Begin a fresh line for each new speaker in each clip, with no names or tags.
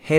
Hey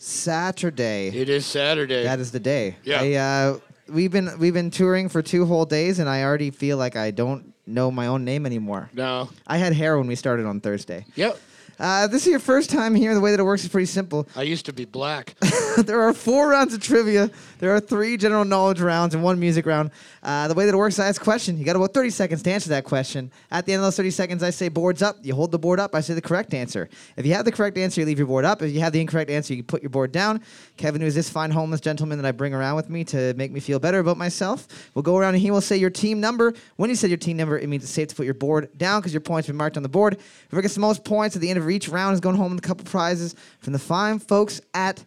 Saturday.
It is Saturday.
That is the day.
Yeah.
I, uh, we've been we've been touring for two whole days, and I already feel like I don't know my own name anymore.
no.
I had hair when we started on Thursday.
Yep.
Uh, if this is your first time here. The way that it works is pretty simple.
I used to be black.
there are four rounds of trivia. There are three general knowledge rounds and one music round. Uh, the way that it works, I ask a question. You got about 30 seconds to answer that question. At the end of those 30 seconds, I say boards up. You hold the board up. I say the correct answer. If you have the correct answer, you leave your board up. If you have the incorrect answer, you put your board down. Kevin, who is this fine homeless gentleman that I bring around with me to make me feel better about myself, will go around and he will say your team number. When you say your team number, it means it's safe to put your board down because your points have been marked on the board. Whoever gets the most points at the end of each round is going home with a couple prizes from the fine folks at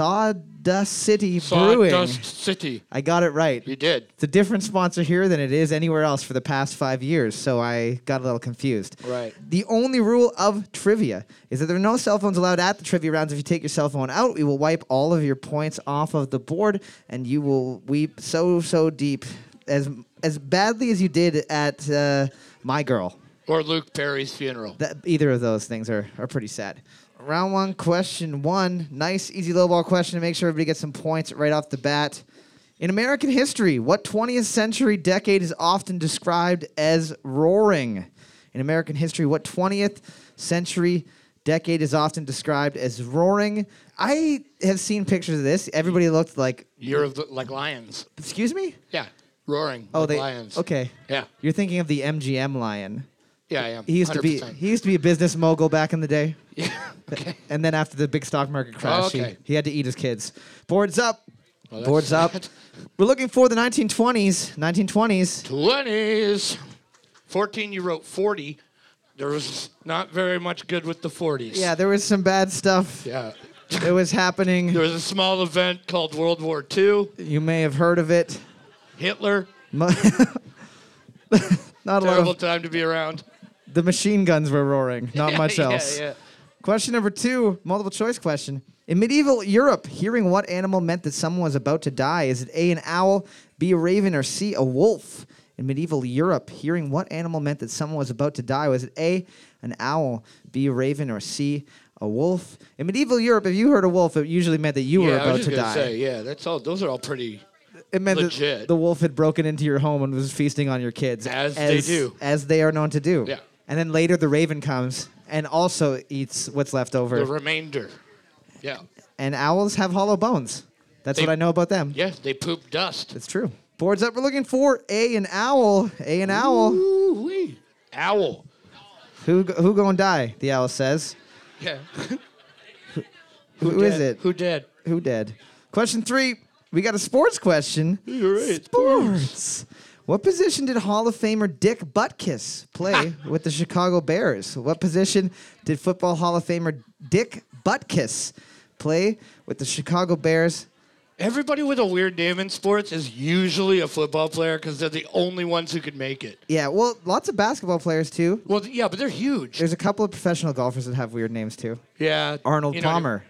Sawdust City Brewing.
Sawdust City.
I got it right.
You did.
It's a different sponsor here than it is anywhere else for the past five years, so I got a little confused.
Right.
The only rule of trivia is that there are no cell phones allowed at the trivia rounds. If you take your cell phone out, we will wipe all of your points off of the board, and you will weep so so deep, as as badly as you did at uh, my girl.
Or Luke Perry's funeral.
That either of those things are, are pretty sad. Round one, question one. Nice, easy low ball question to make sure everybody gets some points right off the bat. In American history, what 20th century decade is often described as roaring? In American history, what 20th century decade is often described as roaring? I have seen pictures of this. Everybody looked like,
Year of the, like lions.
excuse me?
Yeah. Roaring.
Oh,
like
they
lions.
okay.
Yeah.
You're thinking of the MGM lion.
Yeah, I am.
He used to be
100%.
he used to be a business mogul back in the day.
yeah. Okay.
And then after the big stock market crash,
Oh, okay.
he, he had to eat his kids. Boards up.
Well, that's
Boards up.
sad.
We're looking for the 1920s. 1920s.
20s. 14, you wrote 40. There was not very much good with the 40s.
Yeah, there was some bad stuff.
Yeah.
It was happening.
There was a small event called World War II.
You may have heard of it.
Hitler.
Mo- Not a lot
Terrible
of
time to be around.
the machine guns were roaring. Not
Yeah,
much
yeah,
else.
yeah.
Question number two, multiple choice question. In medieval Europe, hearing what animal meant that someone was about to die. Is it A, an owl, B, a raven, or C, a wolf? In medieval Europe, hearing what animal meant that someone was about to die. Was it A, an owl, B, a raven, or C, a wolf? In medieval Europe, if you heard a wolf, it usually meant that you were
yeah, I
about
was just
to
gonna
die.
say, yeah, that's all. Those are all pretty.
it meant that
legit.
the wolf had broken into your home and was feasting on your kids.
As they do.
As they are known to do.
Yeah.
And then later the raven comes and also eats what's left over.
The remainder. Yeah.
and owls have hollow bones. That's
They-
what I know about them.
Yeah, they poop dust.
It's true. Boards up. We're looking for a an owl. A an owl.
Ooh-wee. Owl.
Who g- who gonna die? The owl says.
Yeah.
who is
Dead.
it?
Who did?
Who dead? Question three. We got a sports question.
You're right,
Sports. What position did Hall of Famer Dick Butkus play
Ah.
with the Chicago Bears? What position did Football Hall of Famer Dick Butkus play with the Chicago Bears?
Everybody with a weird name in sports is usually a football player because they're the only ones who can make it.
Yeah, well, lots of basketball players too.
Well, th- yeah, but they're huge.
There's a couple of professional golfers that have weird names too.
Yeah.
Arnold
you know,
Palmer.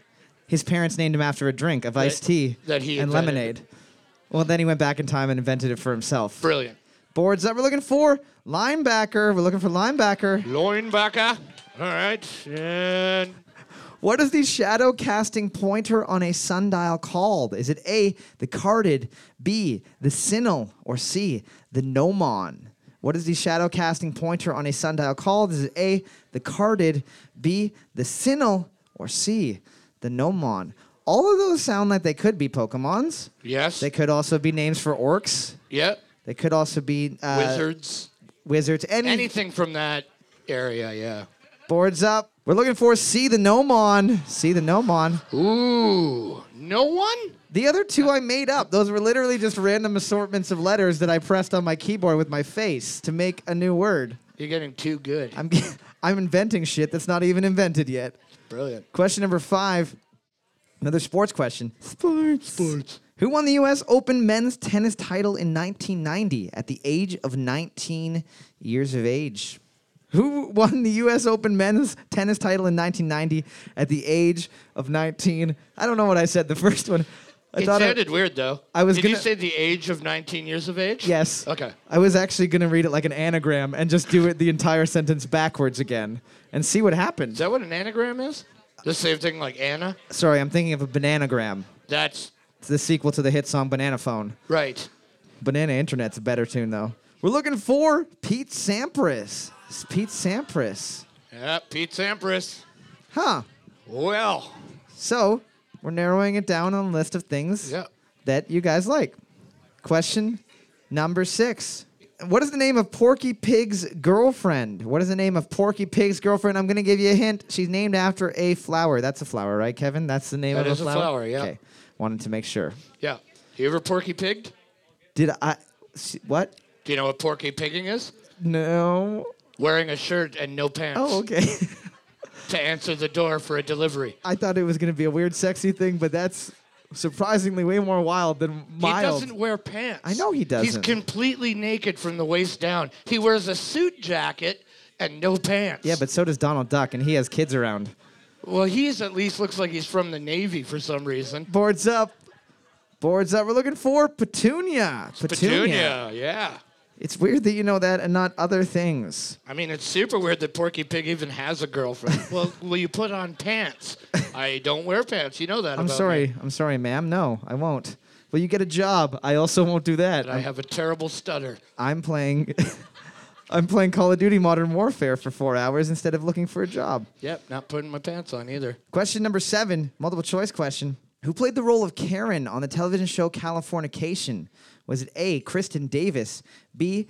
His parents named him after a drink of iced tea
that he
and
invented.
lemonade. Well, then he went back in time and invented it for himself.
Brilliant.
Boards that we're looking for linebacker. We're looking for linebacker.
Linebacker. All right. And
What is the shadow casting pointer on a sundial called? Is it A, the carded, B, the sinnel, or C, the gnomon? What is the shadow casting pointer on a sundial called? Is it A, the carded, B, the sinnel, or C, the gnomon? All of those sound like they could be Pokemons.
yes.
They could also be names for orcs.
yeah.
They could also be uh,
Wizards.
wizards. Any,
Anything from that area. Yeah.
boards up. We're looking for C, the gnomon. C, the gnomon.
Ooh. No one.
The other two I made up. Those were literally just random assortments of letters that I pressed on my keyboard with my face to make a new word.
You're getting too good.
I'm I'm inventing shit that's not even invented yet.
Brilliant.
Question number 5. Another sports question.
Sports. Sports.
Who won the U.S. Open men's tennis title in 1990 at the age of 19 years of age? Who won the U.S. Open men's tennis title in 1990 at the age of 19? I don't know what I said the first one. I
it
thought I-
sounded weird though.
I was
Did you
gonna-
say the age of 19 years of age?
Yes.
Okay.
I was actually going to read it like an anagram and just do it the entire sentence backwards again and see what
Is
happens.
that what an anagram is? The same thing like Anna.
Sorry, I'm thinking of a bananagram.
That's
It's the sequel to the hit song Banana Phone.
right.
Banana Internet's a better tune, though. We're looking for Pete Sampras. It's Pete Sampras.
Yeah, Pete Sampras.
Huh.
Well,
So, we're narrowing it down on a list of things
yeah.
that you guys like. Question number six. What is the name of Porky Pig's girlfriend? What is the name of Porky Pig's girlfriend? I'm going to give you a hint. She's named after a flower. That's a flower, right, Kevin? That's the name
That
of
is a
a flower.
flower, yeah.
Okay. Wanted to make sure.
Yeah. You ever porky pigged?
Did I? s- What?
Do you know what porky pigging is?
No.
Wearing a shirt and no pants
Oh, okay.
to answer the door for a delivery.
I thought it was going to be a weird, sexy thing, but that's surprisingly way more wild than
He
mild.
doesn't wear pants.
I know he
He's
doesn't.
completely naked from the waist down. He wears a suit jacket and no pants.
yeah, but so does Donald Duck, and he has kids around.
well, he's at least looks like he's from the Navy for some reason.
Boards up. Boards up. We're looking for Petunia.
Petunia, yeah.
It's weird that you know that and not other things.
I mean, it's super weird that Porky Pig even has a girlfriend. well, will you put on pants? I don't wear pants. You know that.
I'm
about
sorry.
me.
I'm sorry, ma'am. No, I won't. Will you get a job? I also won't do that.
I
I'm,
have a terrible stutter.
I'm playing. I'm playing Call of Duty Modern Warfare for four hours instead of looking for a job.
Yep, not putting my pants on either.
Question number seven, multiple choice question. Who played the role of Karen on the television show Californication? Was it A. Kristen Davis, B.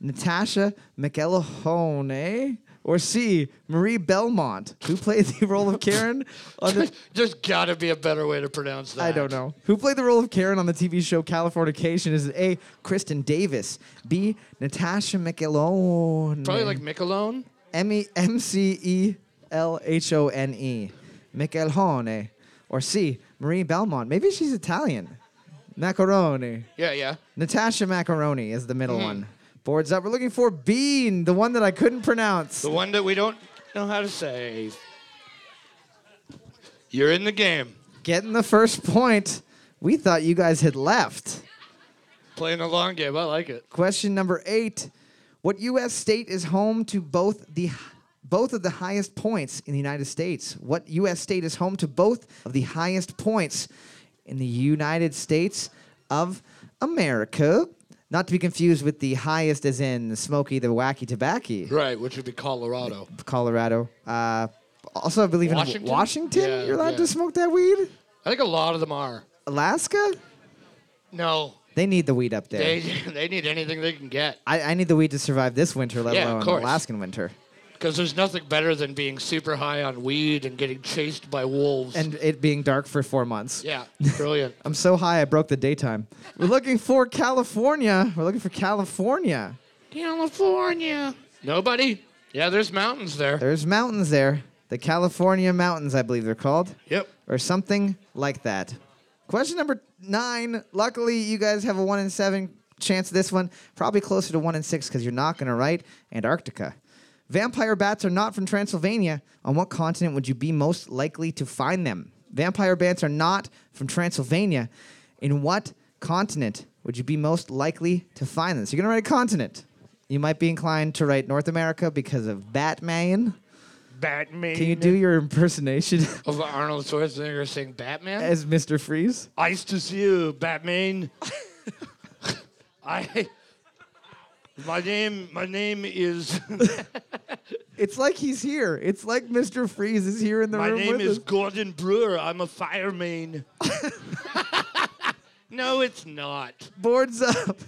Natasha McElhone, or C. Marie Belmont? Who played the role of Karen on the
There's got to be a better way to pronounce that.
I don't know. Who played the role of Karen on the TV show Californication? Is it A. Kristen Davis, B. Natasha McElhone?
Probably like Michelone.
M E M C E L H O N E, Michelhone, or C Marie Belmont. Maybe she's Italian. Macaroni.
Yeah, yeah.
Natasha Macaroni is the middle one. Boards up. We're looking for Bean, the one that I couldn't pronounce.
The one that we don't know how to say. You're in the game,
Getting the first point. We thought you guys had left.
playing a long game. I like it.
Question number eight: What U.S. state is home to both the both of the highest points in the United States? What U.S. state is home to both of the highest points in the United States of America? Not to be confused with the highest, as in Smokey the Wacky Tobacco,
Right, which would be Colorado.
Colorado. Uh, also, I believe in
Washington?
Washington,
Yeah,
you're allowed
yeah.
to smoke that weed.
I think a lot of them are.
Alaska,
No,
they need the weed up there.
they they need anything they can get
I, I need the weed to survive this winter, let
Yeah, of
alone
course.
Alaskan winter.
because there's nothing better than being super high on weed and getting chased by wolves.
and it being dark for four months.
yeah, brilliant.
I'm so high I broke the daytime. We're looking for California. We're looking for California.
California. Nobody? Yeah, there's mountains there.
There's mountains there. The California mountains, I believe they're called,
Yep.
or something like that. Question number nine. Luckily, you guys have a one in seven chance of this one. Probably closer to one in six because you're not going to write Antarctica. Vampire bats are not from Transylvania. On what continent would you be most likely to find them? Vampire bats are not from Transylvania. In what continent would you be most likely to find them? So you're going to write a continent. You might be inclined to write North America because of Batman.
Batman.
Can you do your impersonation
Of Arnold Schwarzenegger saying Batman?
as Mr. Freeze?
Ice to see you, Batman. I. My name, my name is,
It's like he's here. It's like Mr. Freeze is here in the
my
room
name
with
is
us.
Gordon Brewer. I'm a fireman. no, it's not.
Boards up.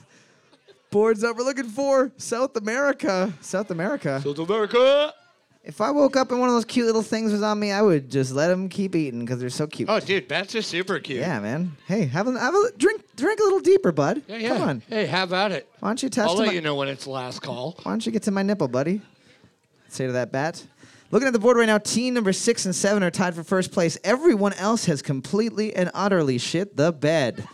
Boards up. We're looking for South America. South America.
South America.
If I woke up and one of those cute little things was on me, I would just let them keep eating because they're so cute.
Oh, dude, bats are super cute.
Yeah, man. Hey, have a, have a drink. Drink a little deeper, bud.
yeah, yeah.
Come on.
Hey, how about it?
Why don't you
I'll
test
let
my,
you know when it's last call.
Why don't you get to my nipple, buddy? Say to that bat. Looking at the board right now, team number six and seven are tied for first place. Everyone else has completely and utterly shit the bed.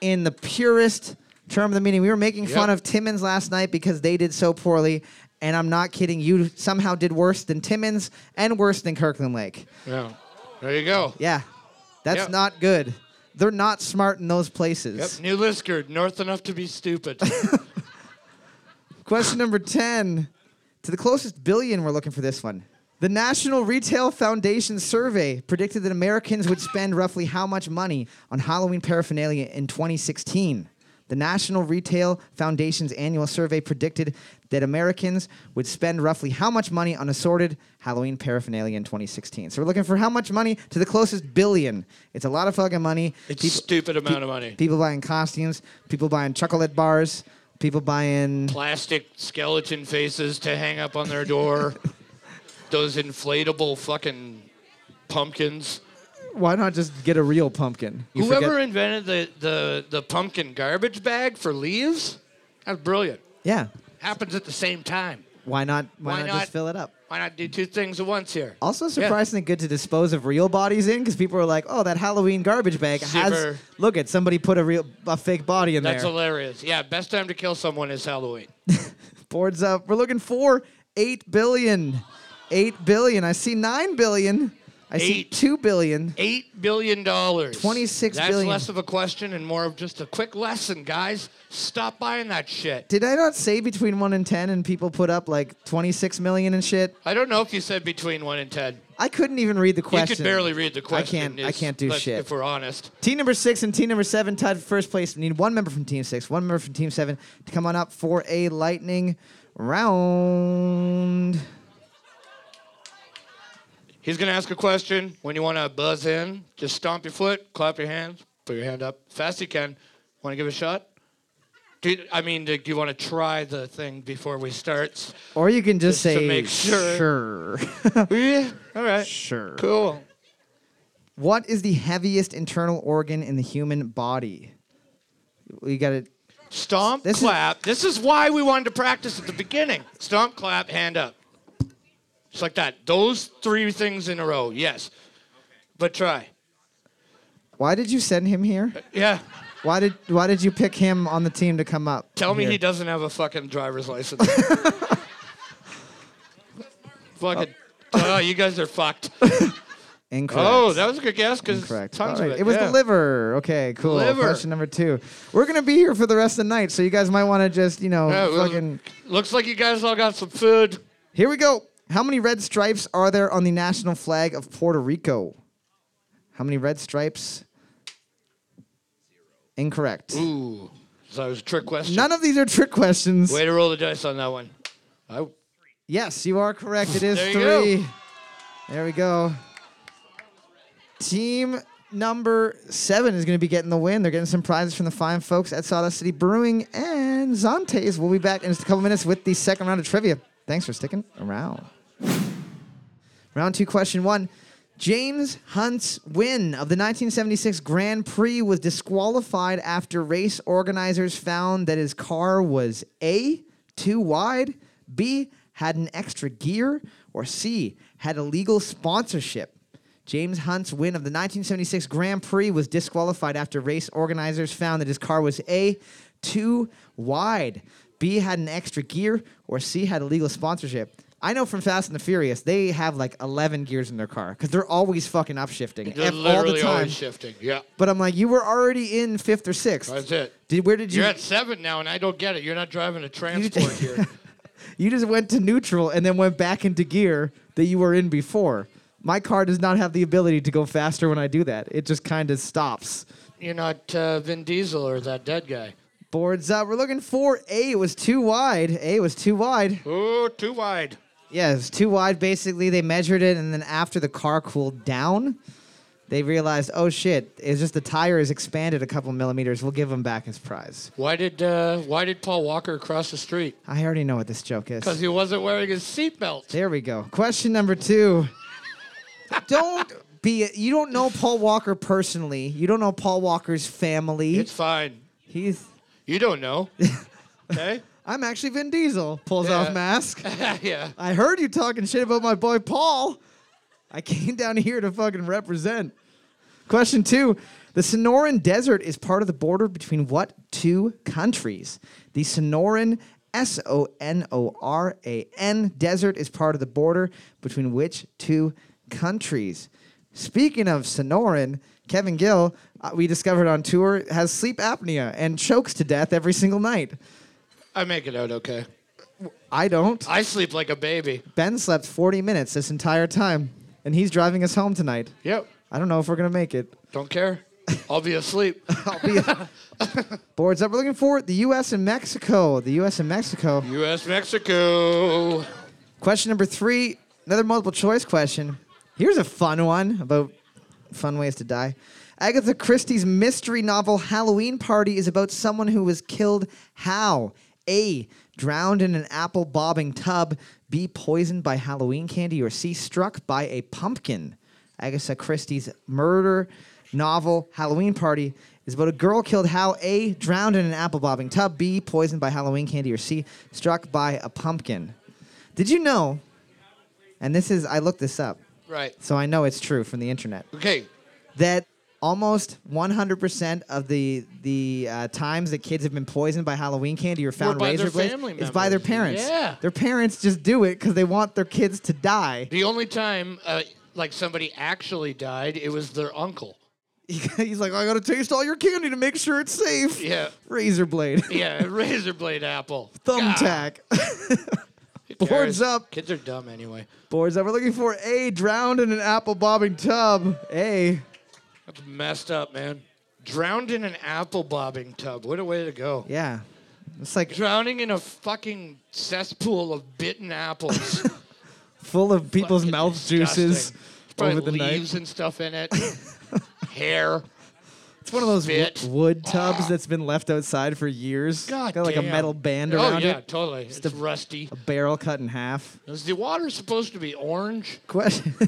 In the purest term of the meaning, we were making fun
Yep.
of Timmons last night because they did so poorly. And I'm not kidding, you somehow did worse than Timmons and worse than Kirkland Lake.
Yeah. There you go.
Yeah, that's
Yep.
not good. They're not smart in those places.
Yep. New Liskard, north enough to be stupid.
Question number 10. To the closest billion, we're looking for this one. The National Retail Foundation survey predicted that Americans would spend roughly how much money on Halloween paraphernalia in 2016. The National Retail Foundation's annual survey predicted that Americans would spend roughly how much money on assorted Halloween paraphernalia in 2016. So we're looking for how much money to the closest billion. It's a lot of fucking money.
It's a
People-
stupid amount of money.
People buying costumes, people buying chocolate bars, people buying
Plastic skeleton faces to hang up on their door. Those inflatable fucking pumpkins.
Why not just get a real pumpkin? You
Whoever
forget-
invented the, the, the pumpkin garbage bag for leaves? That's brilliant.
yeah.
Happens at the same time.
Why not? Why,
Why
not,
not?
just fill it up?
Why not do two things at once here?
Also,
Yeah.
surprisingly good to dispose of real bodies in because people are like, "Oh, that Halloween garbage bag has."
Super.
Look at somebody put a real a fake body in
That's
there.
hilarious. Yeah, best time to kill someone is Halloween.
Boards up. We're looking for eight billion. Eight billion. I see nine billion. I see
Eight.
two billion.
Eight billion dollars.
$26
That's
billion.
less of a question and more of just a quick lesson, guys. Stop buying that shit.
Did I not say between one and ten, and people put up like twenty-six million and shit?
I don't know if you said between one and ten.
I couldn't even read the question.
You could barely read the question.
can't- I
is-
can't do
let's-
shit.
If we're honest,
Team number six and team number seven tied for first place. We need one member from team six, one member from team seven to come on up for a lightning round.
he's gonna ask a question. When you wanna buzz in, just stomp your foot, clap your hands, put your hand up fast you can. Wanna give it a shot? Do you, I mean, do you wanna try the thing before we start?
Or you can just,
Just to
say
make
sure.
sure. yeah. All right.
Sure.
Cool.
What is the heaviest internal organ in the human body? We got it.
Stomp,
This is-
clap. this is why we wanted to practice at the beginning. Stomp, clap, hand up. It's like that. Those three things in a row. Yes. But try.
Why did you send him here?
Yeah.
Why did why did you pick him on the team to come up?
Tell me
here?
he doesn't have a fucking driver's license. fucking. Oh, you guys are fucked.
Incorrect.
Oh, that was a good guess because
Correct.
tons
All
of
right.
it.
it was
yeah.
the liver. Okay, cool.
Liver.
Question number two. We're gonna be here for the rest of the night, so you guys might want to just you know
Yeah, it was-
fucking.
looks like you guys all got some food.
Here we go. How many red stripes are there on the national flag of Puerto Rico? How many red stripes? Incorrect.
Ooh. So that was a trick question.
None of these are trick questions.
Way to roll the dice on that one. I,
Yes, you are correct. It is
There you go.
three. There we go. Team number seven is going to be getting the win. They're getting some prizes from the fine folks at Sawdust City Brewing and Zantes. We'll be back in just a couple minutes with the second round of trivia. Thanks for sticking around. Round two, question one. James Hunt's win of the 1976 Grand Prix was disqualified after race organizers found that his car was A, too wide, B, had an extra gear, or C, had illegal sponsorship. James Hunt's win of the 1976 Grand Prix was disqualified after race organizers found that his car was A, too wide, B, had an extra gear, or C, had illegal sponsorship. I know from Fast and the Furious, they have like 11 gears in their car because they're always fucking upshifting
They're
ev- all the
literally
time.
always shifting. Yeah,
But I'm like, you were already in fifth or sixth.
that's it.
Did, where did you?
You're at seven now, and I don't get it. You're not driving a transport here.
you just went to neutral and then went back into gear that you were in before. My car does not have the ability to go faster when I do that. It just kind of stops.
You're not uh, Vin Diesel or that dead guy.
Boards up. We're looking for A was too wide. A was too wide.
Oh, too wide.
Yeah, it's too wide. Basically, they measured it, and then after the car cooled down, they realized, oh shit, it's just the tire is expanded a couple millimeters. We'll give him back his prize.
Why did uh, Why did Paul Walker cross the street?
I already know what this joke is.
Because he wasn't wearing his seatbelt.
There we go. Question number two. don't be. You don't know Paul Walker personally. You don't know Paul Walker's family.
It's fine.
He's
You don't know. Okay.
I'm actually Vin Diesel. Pulls
Yeah.
off mask.
yeah.
I heard you talking shit about my boy Paul. I came down here to fucking represent. Question two. The Sonoran Desert is part of the border between what two countries? The Sonoran S O N O R A N Desert is part of the border between which two countries? Speaking of Sonoran, Kevin Gill, uh, we discovered on tour, has sleep apnea and chokes to death every single night.
I make it out okay.
I don't.
I sleep like a baby.
Ben slept 40 minutes this entire time, and he's driving us home tonight.
Yep.
I don't know if we're gonna make it.
Don't care. I'll be asleep.
Boards up. We're looking for the U.S. and Mexico. The U.S. and Mexico.
U.S. Mexico.
Question number three. Another multiple choice question. Here's a fun one about fun ways to die. Agatha Christie's mystery novel Halloween Party is about someone who was killed. How? A. Drowned in an apple bobbing tub. B. Poisoned by Halloween candy. Or C. Struck by a pumpkin. Agatha Christie's murder novel Halloween Party is about a girl killed how A. Drowned in an apple bobbing tub. B. Poisoned by Halloween candy. Or C. Struck by a pumpkin. Did you know? And this is, I looked this up,
Right.
so I know it's true from the internet
Okay.
that almost 100% of the the uh, times that kids have been poisoned by Halloween candy or found
by
razor
their
blades
family
is by their
members.
parents.
Yeah.
Their parents just do it because they want their kids to die.
The only time uh, like somebody actually died, it was their uncle.
He's like, I gotta taste all your candy to make sure it's safe.
Yeah.
Razor blade,
Yeah, razor blade apple.
thumbtack.
God,
Boards up.
Kids are dumb anyway.
Boards that we're looking for A, drowned in an apple bobbing tub. A.
That's messed up, man. Drowned in an apple bobbing tub. What a way to go.
Yeah. It's like
Drowning in a fucking cesspool of bitten apples.
full of people's
Fucking
mouth juices
disgusting. Probably
over the night.
leaves and stuff in it. Hair.
It's one of those wo-
Spit.
wood tubs that's been left outside for years.
God
Got like a
damn.
metal band
Oh
around
yeah,
it.
totally. It's,
a-
rusty.
A barrel cut in half.
Is the water supposed to be orange?
Question.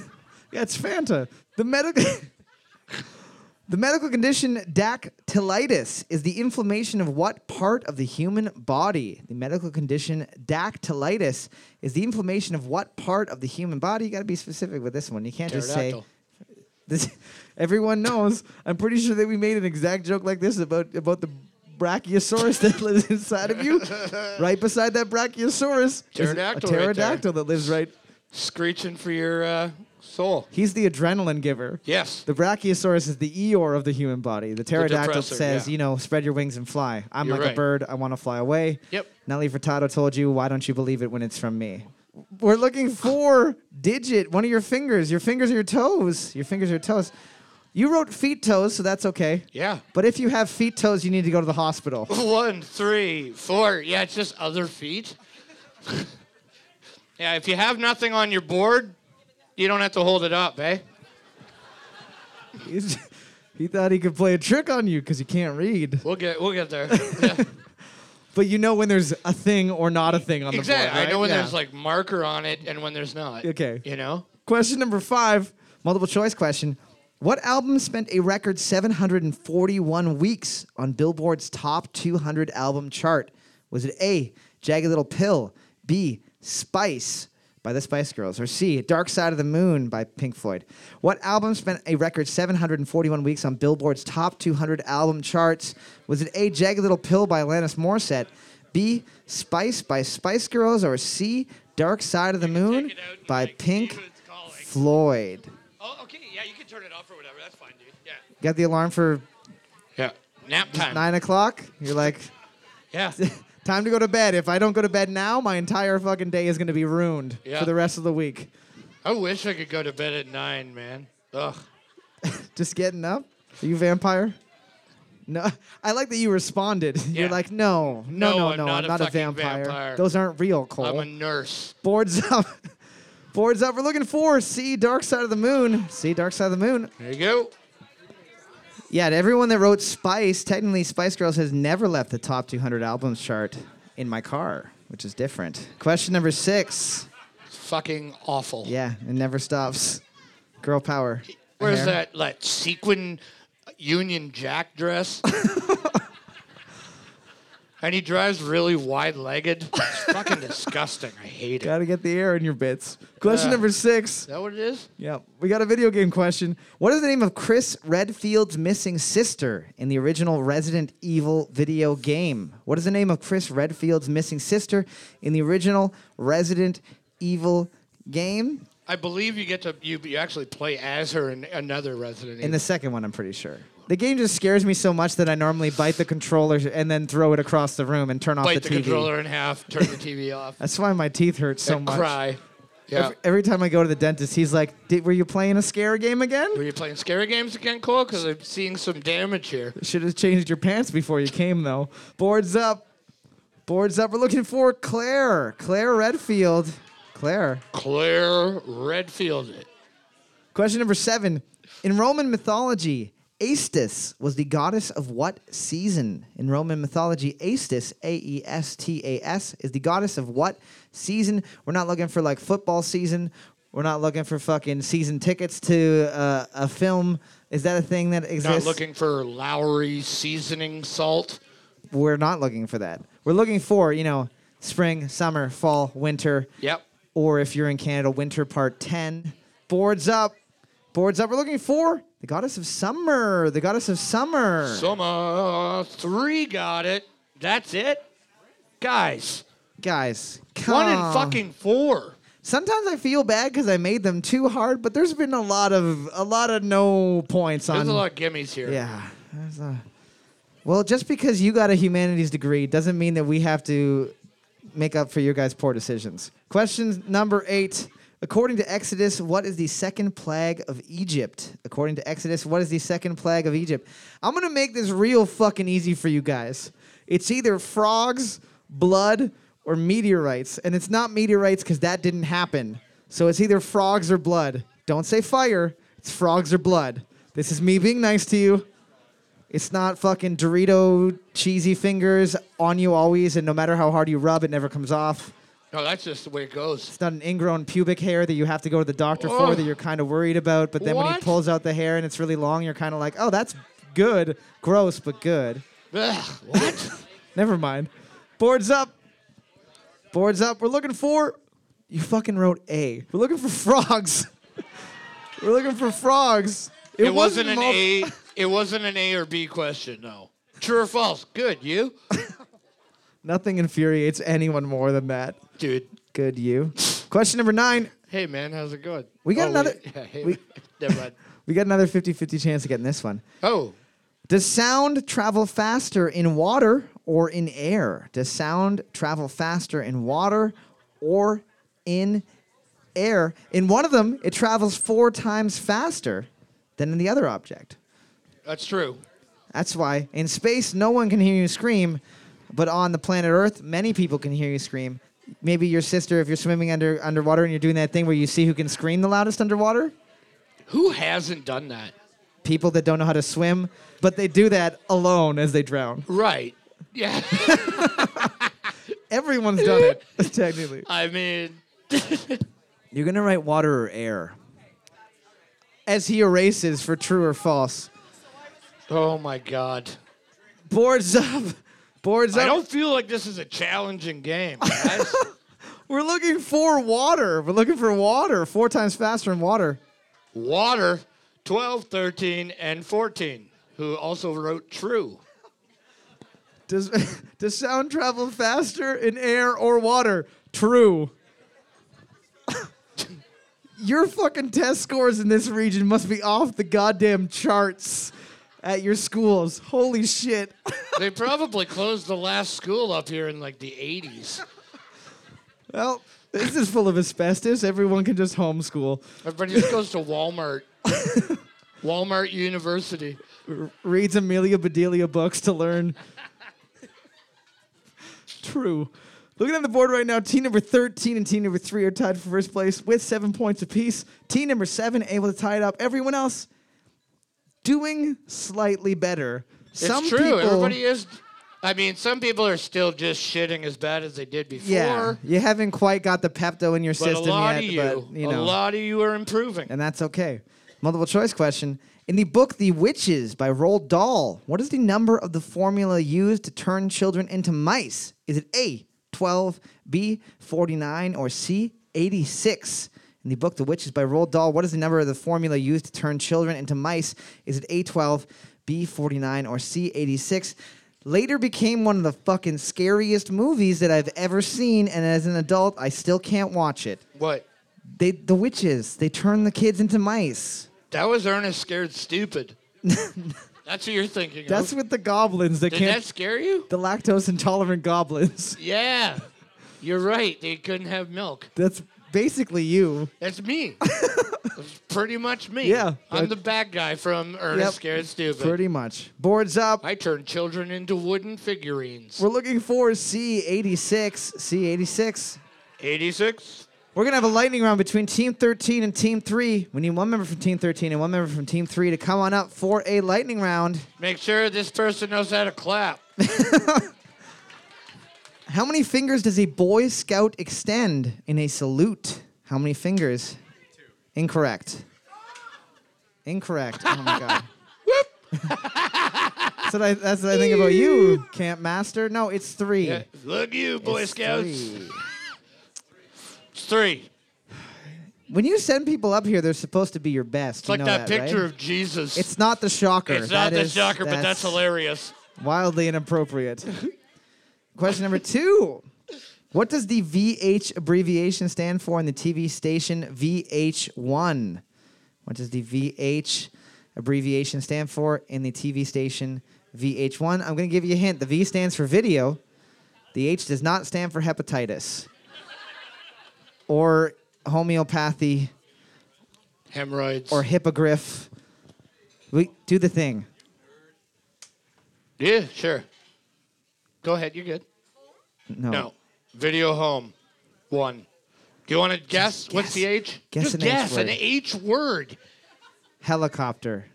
yeah, it's Fanta. The medical The medical condition dactylitis is the inflammation of what part of the human body? The medical condition dactylitis is the inflammation of what part of the human body? You got to be specific with this one. You can't just say
Pterodactyl.
This, everyone knows. I'm pretty sure that we made an exact joke like this about about the brachiosaurus that lives inside of you. right beside that brachiosaurus, is
Pterodactyl
a
right there.
pterodactyl that lives right.
Screeching for your uh, soul.
He's the adrenaline giver.
Yes.
The brachiosaurus is the eeyore of the human body. The pterodactyl
depressor,
says,
yeah.
you know, spread your wings and fly. I'm
You're
like a
right.
bird. I want to fly away.
Yep.
Nelly Furtado told you, why don't you believe it when it's from me? We're looking for digit, one of your fingers. Your fingers are your toes. Your fingers are your toes. You wrote feet toes, so that's okay.
Yeah.
But if you have feet toes, you need to go to the hospital.
One, three, four. Yeah, it's just other feet. yeah, if you have nothing on your board, you don't have to hold it up, eh?
He's- he thought he could play a trick on you because you can't read.
We'll get we'll get there.
But you know when there's a thing or not a thing on the
exactly.
board.
I know
right?
when
Yeah.
there's like marker on it and when there's not.
Okay.
You know?
Question number five, multiple choice question. What album spent a record 741 weeks on Billboard's top 200 album chart? Was it A, Jagged Little Pill, B, Spice by the Spice Girls, or C, Dark Side of the Moon by Pink Floyd? What album spent a record 741 weeks on Billboard's top 200 album charts? Was it A, Jagged Little Pill by Alanis Morissette, B, Spice by Spice Girls, or C, Dark Side of the Moon
it out and,
by
like, see
Pink
who it's calling.
Floyd.
Oh, okay. Yeah, you can turn it off or whatever. That's fine, dude. Yeah.
Got the alarm for
Yeah. Nap time.
nine o'clock. You're like,
yeah.
time to go to bed. If I don't go to bed now, my entire fucking day is gonna be ruined
Yeah.
for the rest of the week.
I wish I could go to bed at nine, man. Ugh.
Just getting up. Are you a vampire? No, I like that you responded. You're
Yeah.
like, no, no,
No,
no,
I'm
no.
not
I'm
a
not a
fucking
vampire.
vampire.
Those aren't real, Cole.
I'm a nurse.
Boards up. Boards up. We're looking for see Dark Side of the Moon. See Dark Side of the Moon.
There you go.
Yeah, to everyone that wrote Spice, technically Spice Girls has never left the top 200 albums chart in my car, which is different. Question number six.
Fucking awful.
Yeah, it never stops. Girl power.
Where's
Hair.
that like sequin Union Jack dress? and he drives really wide-legged. It's fucking disgusting. I hate it. Is
Gotta get the air in your bits. Question number six.
that what it is?
Yeah, we got a video game question. What is the name of Chris Redfield's missing sister in the original Resident Evil video game? What is the name of Chris Redfield's missing sister in the original Resident Evil game?
I believe you get to you, you actually play as her in another Resident
In
Evil.
the second one, I'm pretty sure. The game just scares me so much that I normally bite the controller and then throw it across the room and turn off
Bite
the
the,
TV.
controller in half, turn the TV off,
That's why my teeth hurt so
and
much.
cry. Yeah.
Every, every time I go to the dentist, he's like, Did, "Were you playing a scare game again?
Were you playing scary games again, Cole? Because I'm seeing some damage here.
Should have changed your pants before you came, though. Boards up. Boards up. We're looking for Claire. Claire Redfield. Claire.
Claire Redfield. it.
Question number seven. In Roman mythology, Aestus was the goddess of what season? In Roman mythology, Aestus, A E S T A S, is the goddess of what season? We're not looking for like football season. We're not looking for fucking season tickets to uh, a film. Is that a thing that
Not
exists?
looking for Lowry seasoning salt.
we're not looking for that. We're looking for, you know, spring, summer, fall, winter.
Yep.
Or if you're in Canada, winter part 10. Boards up. Boards up. We're looking for the goddess of summer. The goddess of summer.
Soma three got it. That's it, guys.
Guys, come
One and
on.
fucking four.
Sometimes I feel bad because I made them too hard, but there's been a lot of a lot of no points on.
There's a lot of gimmies here.
Yeah. There's a- Well, just because you got a humanities degree doesn't mean that we have to make up for your guys' poor decisions. Question number eight. According to Exodus, what is the second plague of Egypt? According to Exodus, what is the second plague of Egypt? I'm going to make this real fucking easy for you guys. It's either frogs, blood, or meteorites. And it's not meteorites because that didn't happen. So it's either frogs or blood. Don't say fire, it's frogs or blood. This is me being nice to you. It's not fucking Dorito cheesy fingers on you always, and no matter how hard you rub, it never comes off.
No, that's just the way it goes.
It's not an ingrown pubic hair that you have to go to the doctor for
Ugh.
that you're kind of worried about, but then when he
What?
pulls out the hair and it's really long, you're kind of like, oh, that's good. Gross, but good.
Ugh, what?
Never mind. Boards up. Boards up. We're looking for. You fucking wrote A. We're looking for frogs. We're looking for frogs.
it wasn't an
mul-
A. It wasn't an A or B question. No. True or false? Good. You,
Nothing infuriates anyone more than that.
dude.
Good you. Question number nine.
Hey man, how's it going?
We got
Oh,
another-
wait. Yeah, hey,
we-
never mind.
We got another 50 50 chance of getting this one.
Oh,
Does sound travel faster in water or in air? Does sound travel faster in water or in air? In one of them, it travels four times faster than in the other object.
that's true.
That's why in space, no one can hear you scream, but on the planet Earth, many people can hear you scream. Maybe your sister, if you're swimming under underwater and you're doing that thing where you see who can scream the loudest underwater.
Who hasn't done that?
People that don't know how to swim, but they do that alone as they drown.
Right. Yeah.
Everyone's done it, technically.
I mean,
You're gonna write water or air. As he erases for true or false.
oh my god.
Boards up. Boards
I
up.
don't feel like this is a challenging game. guys.
We're looking for water. We're looking for water. Four times faster in water.
Water, 12, 13, and 14, who also wrote true.
Does does sound travel faster in air or water? True. your fucking test scores in this region must be off the goddamn charts at your schools. Holy shit.
They probably closed the last school up here in like the 80s.
Well, this is full of asbestos. Everyone can just homeschool.
Everybody just goes to Walmart. Walmart University.
Reads Amelia Bedelia books to learn. True. Looking at the board right now, team number 13 and team number 3 are tied for first place with seven points apiece. Team number 7 able to tie it up. Everyone else doing slightly better.
It's true. Everybody is. I mean, some people are still just shitting as bad as they did before.
Yeah, you haven't quite got the Pepto in your
But a
system
lot
yet,
of you,
but you know.
a lot of you are improving.
and that's okay. Multiple choice question. In the book The Witches by Roald Dahl, what is the number of the formula used to turn children into mice? Is it A, 12, B, 49, or C, 86? In the book The Witches by Roald Dahl, what is the number of the formula used to turn children into mice? Is it A, 12, B, 49, or C, 86? Later became one of the fucking scariest movies that I've ever seen, and as an adult, I still can't watch it.
What?
They, the witches, they turn the kids into mice.
That was Ernest Scared Stupid. That's what you're thinking.
That's
of.
with the goblins that
Did
can't.
that scare you?
the lactose intolerant goblins.
Yeah. You're right. They couldn't have milk.
That's basically you.
That's me. That's pretty much me.
Yeah,
I'm
that-
the bad guy from Ernest
Yep.
Scared Stupid.
Pretty much. Boards up.
I turn children into wooden figurines.
We're looking for C86. C86.
86.
We're going to have a lightning round between Team 13 and Team 3. We need one member from Team 13 and one member from Team 3 to come on up for a lightning round.
Make sure this person knows how to clap.
How many fingers does a Boy Scout extend in a salute? How many fingers? Incorrect. Incorrect. Oh my god. that's what I, that's what I think about you, Camp Master. No, it's three.
Yeah. Look you, Boy
It's
Scouts.
three.
It's three.
When you send people up here, they're supposed to be your best.
It's like that, picture of Jesus.
It's not the shocker.
It's not
That
the
is-
shocker, but that's hilarious.
Wildly inappropriate. Question number two. What does the VH abbreviation stand for in the TV station VH1? What does the VH abbreviation stand for in the TV station VH1? I'm going to give you a hint. The V stands for video, the H does not stand for hepatitis or homeopathy
Hemorrhoids.
or hippogriff. We do the thing.
yeah, sure. Go ahead. You're good.
Oh.
No. Video home. One. Do you want to guess? What's the H?
Guess
Just
an H
guess an
word.
H word.
Helicopter.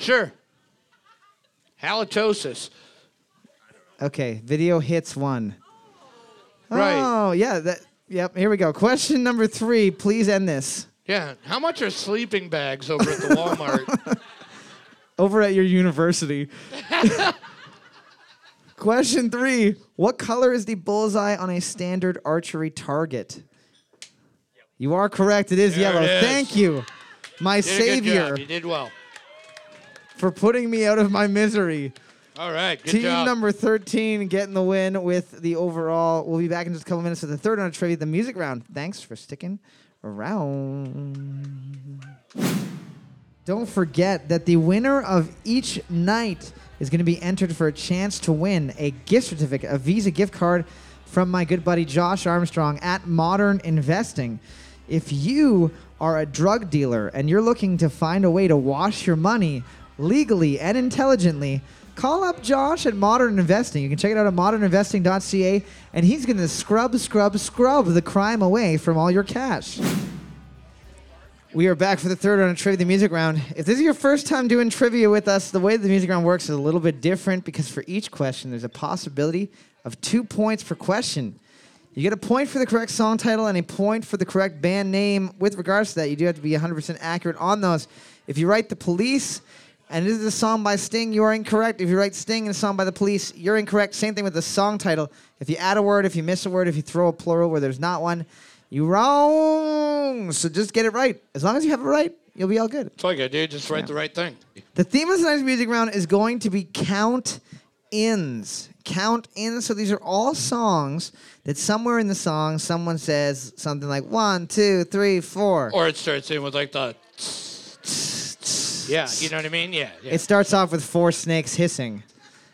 Sure. Halitosis.
Okay, video hits one.
Right.
Oh, yeah. That. Yep. Here we go. Question number three. Please end this.
Yeah. How much are sleeping bags over at the Walmart?
Over at your university. Question three. What color is the bullseye on a standard archery target? You are correct. It is
There
yellow.
it is.
Thank you, my
Did a good job.
savior,
You did well.
for putting me out of my misery.
All right. Good
Team
job.
number 13 getting the win with the overall. We'll be back in just a couple minutes with the third on trivia, the music round. Thanks for sticking around. Don't forget that the winner of each night is going to be entered for a chance to win a gift certificate, a Visa gift card from my good buddy Josh Armstrong at Modern Investing. If you are a drug dealer and you're looking to find a way to wash your money legally and intelligently, call up Josh at Modern Investing. You can check it out at moderninvesting.ca, and he's going to scrub, scrub, scrub the crime away from all your cash. We are back for the third round of Trivia the Music Round. If this is your first time doing trivia with us, the way the music round works is a little bit different because for each question, there's a possibility of two points per question. You get a point for the correct song title and a point for the correct band name. With regards to that, you do have to be 100% accurate on those. If you write The Police and this is a song by Sting, you are incorrect. If you write Sting and a song by The Police, you're incorrect. Same thing with the song title. If you add a word, if you miss a word, if you throw a plural where there's not one, you wrong. So just get it right. As long as you have it right, you'll be all good.
It's like I did. Just write the right thing.
The theme of tonight's music round is going to be count ins. Count ins. So these are all songs that somewhere in the song someone says something like one, two, three, four.
Or it starts in with like the. Yeah, you know what I mean? Yeah. yeah.
It starts off with four snakes hissing.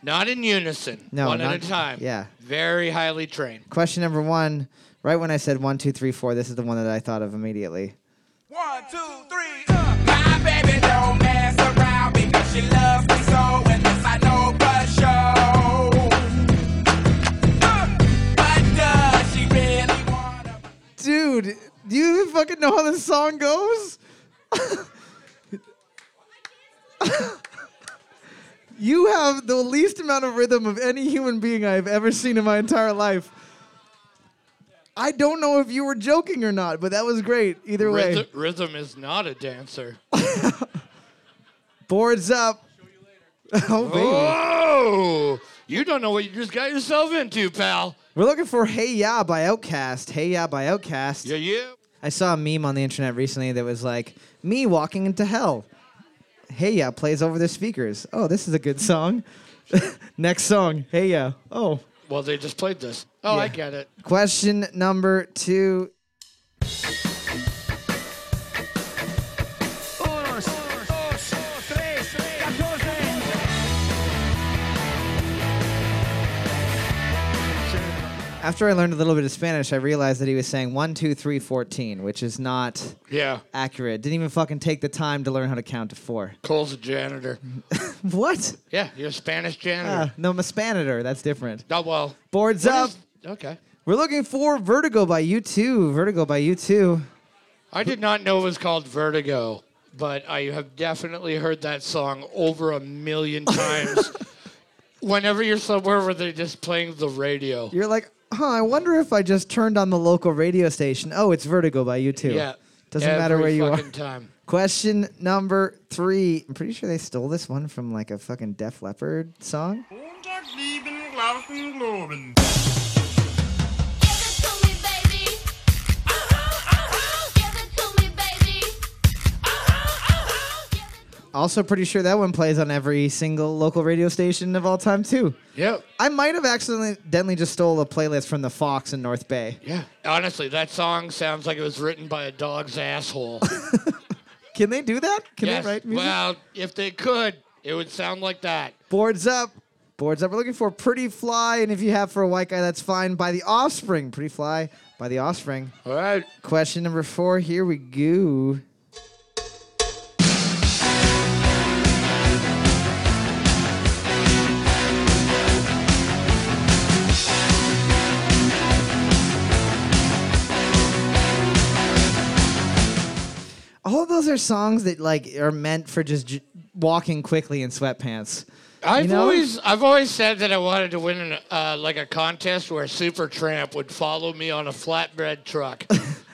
Not in unison.
No,
One
not-
at a time.
yeah.
Very highly trained.
Question number one. Right when I said one, two, three, four, this is the one that I thought of immediately.
One, two, three. Uh. My baby don't mess around because she loves me so, and this I know for sure. Uh. But does she really wanna?
Dude, do you even fucking know how this song goes? you have the least amount of rhythm of any human being I've ever seen in my entire life. I don't know if you were joking or not, but that was great. Either way,
Rhythm, rhythm is not a dancer.
boards up. Oh, baby.
Whoa! You don't know what you just got yourself into, pal.
We're looking for Hey Ya by Outcast. Hey Ya by Outcast.
Yeah, yeah.
I saw a meme on the internet recently that was like, me walking into hell. Hey Ya plays over the speakers. Oh, this is a good song. Next song, Hey Ya. Oh.
Well, they just played this. Oh, I get it.
Question number two. After I learned a little bit of Spanish, I realized that he was saying one, two, three, fourteen, which is not
Yeah.
accurate. Didn't even fucking take the time to learn how to count to four.
Cole's a janitor.
What?
Yeah, you're a Spanish
Ah,
janitor.
no, Maspanator. That's different.
oh, well.
Boards
what
up.
is- okay.
We're looking for Vertigo by U2. Vertigo by U2.
I did not know it was called Vertigo, but I have definitely heard that song over a million times. Whenever you're somewhere where they're just playing the radio.
You're like, huh, I wonder if I just turned on the local radio station. Oh, it's Vertigo by U2.
Yeah.
Doesn't matter
every
where you are.
fucking Time.
Question number three. I'm pretty sure they stole this one from like a fucking Def Leppard song.
Give it to me, baby. Uh-huh, Give it to me, baby. Uh-huh, Give it-
Also, pretty sure that one plays on every single local radio station of all time, too.
Yep.
I might have accidentally just stole a playlist from the Fox in North Bay.
Yeah. Honestly, that song sounds like it was written by a dog's asshole.
Can they do that? Can
yes.
they write music?
Well, if they could, it would sound like that.
Boards up. Boards up. We're looking for Pretty Fly, and if you have for a white guy, that's fine. By the Offspring. Pretty Fly by the Offspring.
All right.
Question number four. Here we go. All of those are songs that like are meant for just j- walking quickly in sweatpants.
I've
know?
always I've always said that I wanted to win an, uh, like a contest where Supertramp would follow me on a flatbread truck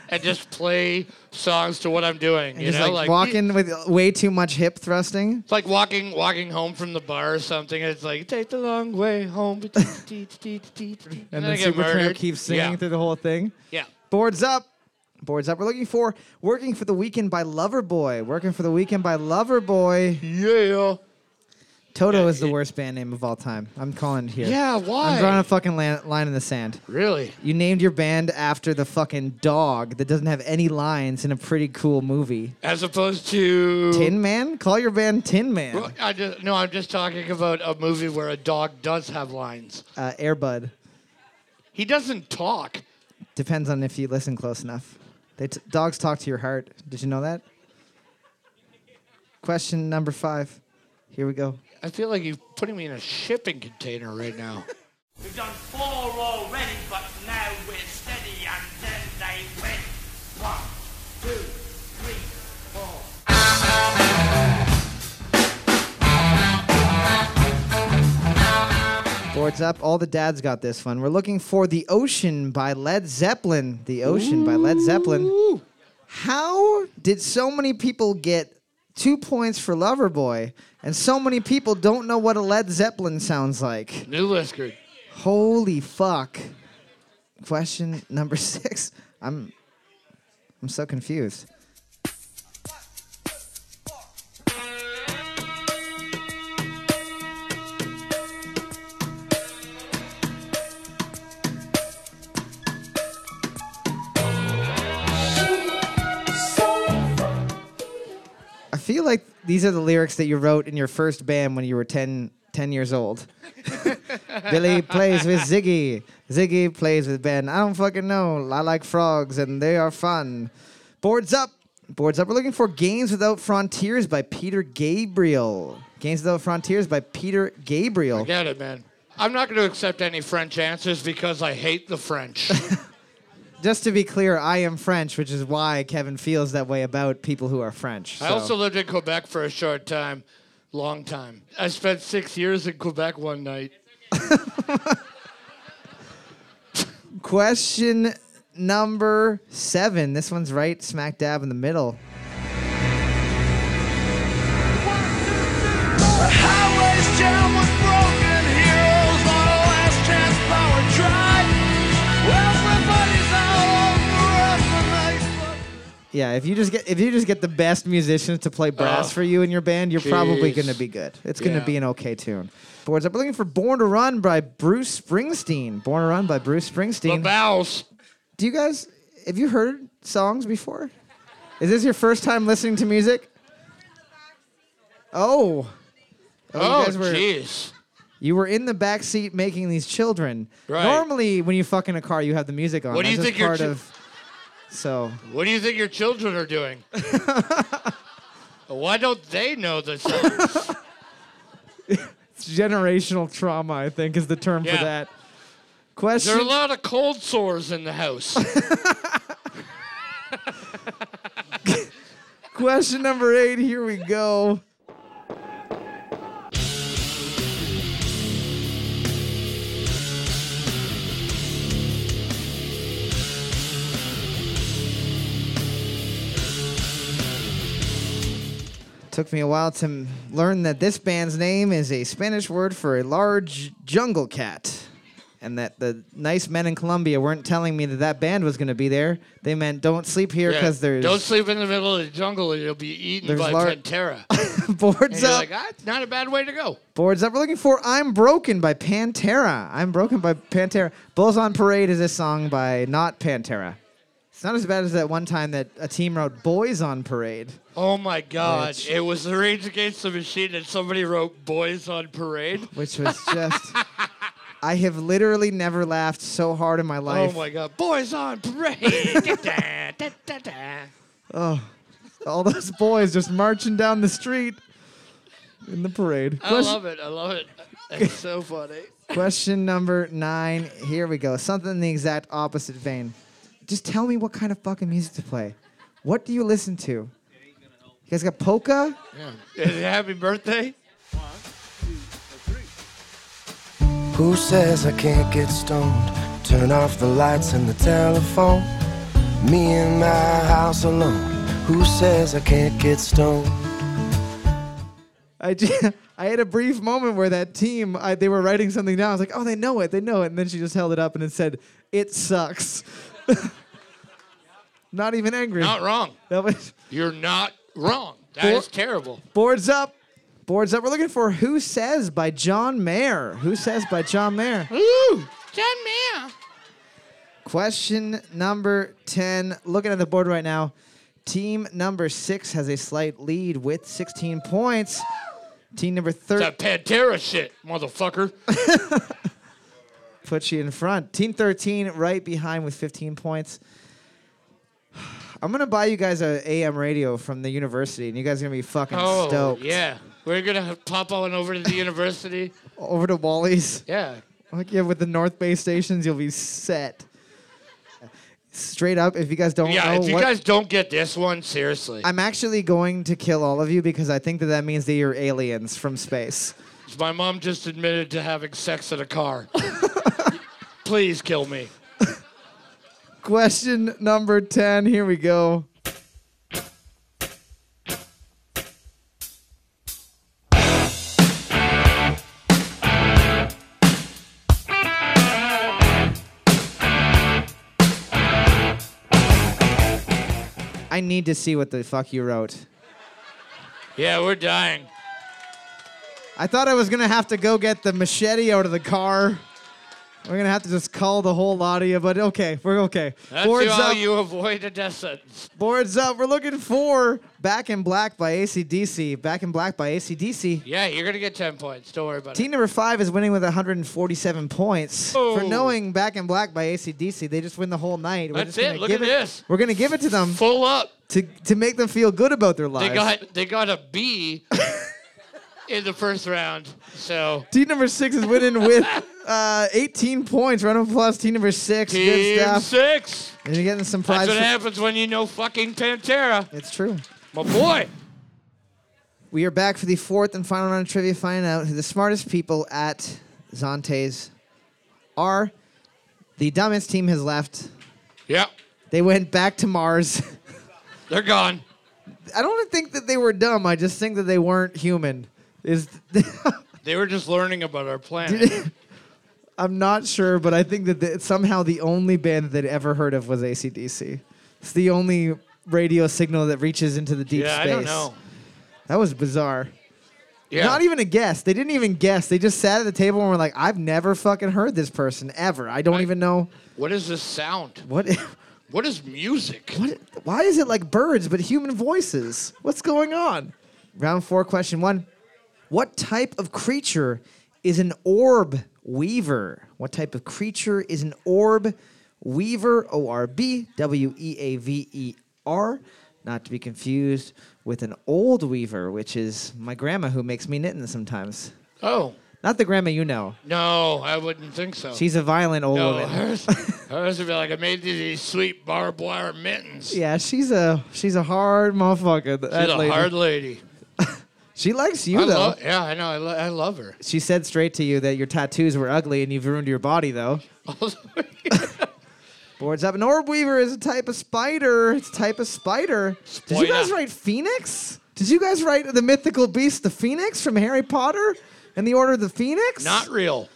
and just play songs to what I'm doing. you
just
know,
like,
like
walking with way too much hip thrusting.
It's like walking walking home from the bar or something, and it's like take the long way home. and then,
And,
I
then
get
Supertramp
murdered.
keeps singing
Yeah.
through the whole thing.
yeah.
Boards up. Boards up. We're looking for Working for the Weekend by Loverboy. Working for the Weekend by Loverboy.
Yeah.
Toto is the worst band name of all time. I'm calling it here.
Yeah,
I'm
why?
drawing a fucking lan- line in the sand.
Really?
You named your band after the fucking dog that doesn't have any lines in a pretty cool movie.
As opposed to
Tin Man? Call your band Tin Man.
Well, I just, no, I'm just talking about a movie where a dog does have lines.
Uh, Airbud.
He doesn't talk.
Depends on if you listen close enough. They t- dogs talk to your heart. Did you know that? Question number five. Here we go.
I feel like you're putting me in a shipping container right now.
We've done four already, but now we're steady, and then they win. One, two, three, four.
Boards up. All the dads got this one. We're looking for The Ocean by Led Zeppelin. The Ocean by Led Zeppelin. How did so many people get two points for Loverboy and so many people don't know what a Led Zeppelin sounds like?
New Lisker.
Holy fuck. Question number six. I'm I'm so confused. I feel like these are the lyrics that you wrote in your first band when you were 10, 10 years old. Billy plays with Ziggy. Ziggy plays with Ben. I don't fucking know. I like frogs and they are fun. Boards up. Boards up. We're looking for Games Without Frontiers by Peter Gabriel. Games Without Frontiers by Peter Gabriel.
Get it, man. I'm not going to accept any French answers because I hate the French.
Just to be clear, I am French, which is why Kevin feels that way about people who are French.
I
so.
also lived in Quebec for a short time, long time. I spent six years in Quebec one night.
Question number seven. This one's right smack dab in the middle.
Highways down with broken heroes on a last chance power drive. Everybody's out on the rest tonight.
Yeah, if you just get if you just get the best musicians to play brass
Ugh.
for you in your band, you're probably
Oh, Jeez.
gonna be good. It's
Yeah.
gonna be an okay tune. Boards up. We're looking for "Born to Run" by Bruce Springsteen. "Born to Run" by Bruce
The
Springsteen.
Bows.
Do you guys have you heard songs before? Is this your first time listening to music? Oh,
Oh,
you guys were
jeez.
you were in the back seat making these children.
Right.
Normally, when you fuck in a car, you have the music on.
What do you
That's
think
just part
your chi-
of? So
What do you think your children are doing? Why don't they know the songs?
it's generational trauma, I think, is the term
Yeah.
for that.
there are a
Question.
lot of cold sores in the house.
Question number eight. Here we go. Took me a while to m- learn that this band's name is a Spanish word for a large jungle cat. And that the nice men in Colombia weren't telling me that that band was going to be there. They meant don't sleep here
Yeah.
because there's
Don't sleep in the middle of the jungle or you'll be eaten
There's
by
lar-
Pantera. And
boards
you're
up.
like, ah, not a bad way to go.
boards up. We're looking for "I'm Broken" by Pantera. "I'm Broken" by Pantera. "Bulls on Parade" is a song by not Pantera. It's not as bad as that one time that a team wrote "Boys on Parade."
Oh my God.
Which-
It was the Rage Against the Machine and somebody wrote Boys on Parade.
which was just I have literally never laughed so hard in my
Oh
life.
my God. Boys on Parade. Da, da, da, da.
All those boys just marching down the street in the parade.
I
Question-
love it. I love it. It's so funny.
Question number nine. Here we go. Something in the exact opposite vein. Just tell me what kind of fucking music to play. What do you listen to? You guys got polka?
Is it happy birthday?
Who says I can't get stoned? Turn off the lights and the telephone. Me in my house alone. Who says I can't get stoned?
I, ju- I had a brief moment where that team, I, they were writing something down. I was like, oh, they know it, they know it. And then she just held it up and it said, it sucks. Not even angry.
Not wrong.
That was-
You're not wrong. That
Four-
is terrible.
boards up. Boards up. We're looking for Who Says by John Mayer. Who Says by John Mayer.
Ooh, John Mayer.
Question number 10. Looking at the board right now, team number six has a slight lead with 16 points. Team number 13.
That Pantera shit, motherfucker.
puts you in front. Team 13 right behind with 15 points. I'm gonna buy you guys a AM radio from the university, and you guys are gonna be fucking
Oh,
stoked.
yeah. We're going to pop on over to the university.
Over to Wally's,
Yeah.
like yeah, with the North Bay stations, you'll be set. Straight up, if you guys don't
Yeah,
know
if you
what,
guys don't get this one, seriously.
I'm actually going to kill all of you because I think that that means that you're aliens from space.
My mom just admitted to having sex in a car. Please kill me.
Question number 10. Here we go. I need to see what the fuck you wrote.
Yeah, we're dying.
I thought I was gonna have to go get the machete out of the car. We're gonna have to just call the whole lot of you, but okay, we're okay.
That's
Boards
how
up.
you avoid a death sentence.
Boards up. We're looking for Back in Black by ACDC. Back in Black by ACDC.
Yeah, you're going to get 10 points. Don't worry about it.
Team number five is winning with 147 points.
Oh.
For knowing Back in Black by ACDC, they just win the whole night. We're
That's
just gonna
it. Look
give
at this.
We're going to give it to them
Full up.
to, to make them feel good about their lives.
They got they got a B in the first round. So
team number six is winning with uh, 18 points. Round of applause, team number six. good
team
stuff.
six.
And you're getting some
That's
prizes.
what happens when you know fucking Pantera.
It's true.
My boy.
We are back for the fourth and final round of trivia, finding out who the smartest people at Zantes are. The dumbest team has left
Yeah,
They went back to Mars.
they're gone.
I don't think that they were dumb. I just think that they weren't human. Is
They were just learning about our planet.
I'm not sure, but I think that the, somehow the only band that they'd ever heard of was ACDC. It's the only radio signal that reaches into the deep
yeah,
space.
I don't know.
That was bizarre.
Yeah,
Not even a guess. They didn't even guess. They just sat at the table and were like, "I've never fucking heard this person ever. I don't
I-
even know
What is this sound?
what."
What is music?
What? Why is it like birds but human voices? What's going on? Round four, question one. What type of creature is an orb weaver? What type of creature is an orb weaver? O R B W E A V E R. Not to be confused with an old weaver, which is my grandma who makes me knitting sometimes.
Oh,
Not the grandma you know.
no, I wouldn't think so.
She's a violent old
no,
woman.
hers, hers would be like, I made you these sweet barbed wire mittens.
Yeah, she's a she's a hard motherfucker. that
She's a
lady.
hard lady.
she likes you
I
though.
love, yeah, I know. I, lo- I love her.
She said straight to you that your tattoos were ugly and you've ruined your body, though. Boards up. An orb weaver is a type of spider. It's a type of spider. Did you guys
Spider.
write Phoenix? Did you guys write the mythical beast, the Phoenix from Harry Potter and the Order of the Phoenix?
Not real.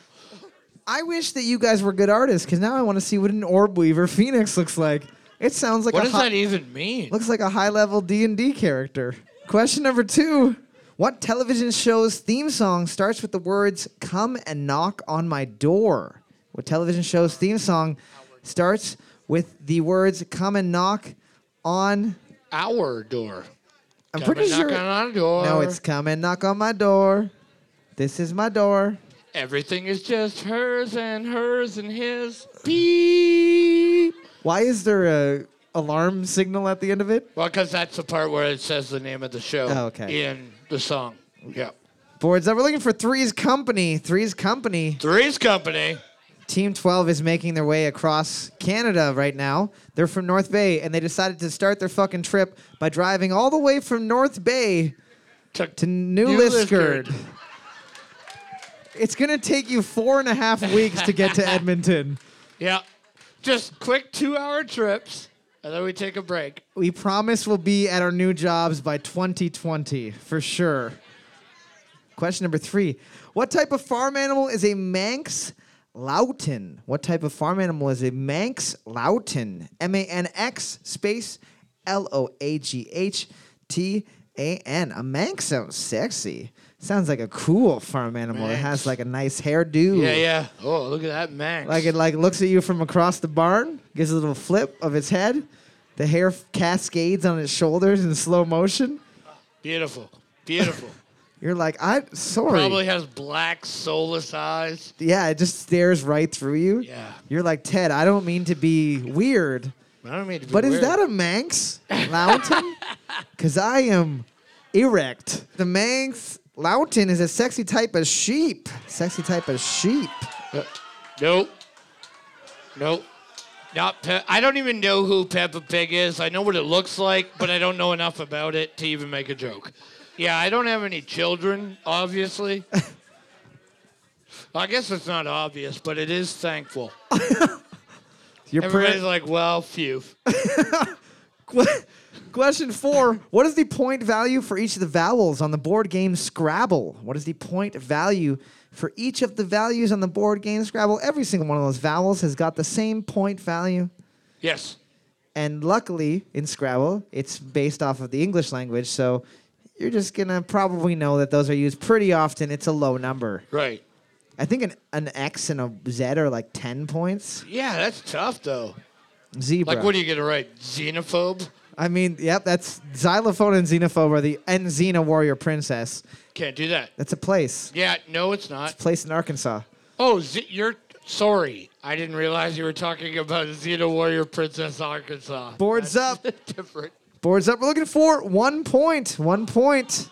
I wish that you guys were good artists because now I want to see what an orb weaver Phoenix looks like. It sounds like
What
a
does
hi-
that even mean?
looks like a high-level D&D character. Question number 2. What television show's theme song starts with the words come and knock on my door? What television show's theme song starts with the words come and knock on
Our door.
I'm
Come
pretty
a
sure
knocking on a door.
No, it's come and knock on my door. This is my door.
everything is just hers and hers and his. Beep.
Why is there a alarm signal at the end of it?
Well, because that's the part where it says the name of the show
Oh, okay.
in the song. Yeah.
Boards up. We're looking for Three's Company. Three's Company
Three's Company.
Team 12 is making their way across Canada right now. They're from North Bay, and they decided to start their fucking trip by driving all the way from North Bay
Took
to New,
New
Liskard.
Liskard.
It's going to take you four and a half weeks to get to Edmonton.
Yeah. Just quick two hour trips, and then we take a break.
We promise we'll be at our new jobs by 2020, for sure. Question number three What type of farm animal is a Manx Loughton? What type of farm animal is a Manx Loughton? M A N X space L O A G H T A N. A Manx sounds sexy. Sounds like a cool farm animal. It has
Manx.
like a nice hairdo.
Yeah, yeah. Oh, look at that Max.
Like it like looks at you from across the barn, gives a little flip of its head. The hair f- cascades on its shoulders in slow motion.
Beautiful. Beautiful.
You're like, I sorry.
Probably has black, soulless eyes.
Yeah, it just stares right through you.
Yeah.
You're like, Ted, I don't mean to be weird,
I don't mean to be
but is
weird.
that a Manx Loughton? Because I am erect. The Manx Loughton is a sexy type of sheep. Sexy type of sheep.
Nope. Nope. Not Pe- I don't even know who Peppa Pig is. I know what it looks like, but I don't know enough about it to even make a joke. Yeah, I don't have any children, obviously. I guess it's not obvious, but it is thankful.
You're
Everybody's like, well, phew.
Que- Question four What is the point value for each of the vowels on the board game Scrabble? What is the point value for each of the values on the board game Scrabble? Every single one of those vowels has got the same point value.
Yes.
And luckily, in Scrabble, it's based off of the English language, so you're just gonna probably know that those are used pretty often. It's a low number.
Right.
I think an, an X and a Z are like 10 points.
Yeah, that's tough, though.
Zebra.
Like, what are you going to write? Xenophobe?
I mean, yep, that's Xylophone and Xenophobe are the, and Xena Warrior Princess.
Can't do that.
That's a place.
Yeah, no, it's not.
Place in Arkansas.
Oh, Z- you're sorry. I didn't realize you were talking about Xena Warrior Princess Arkansas.
Boards up.
Different.
Boards up. We're looking for one point. One point.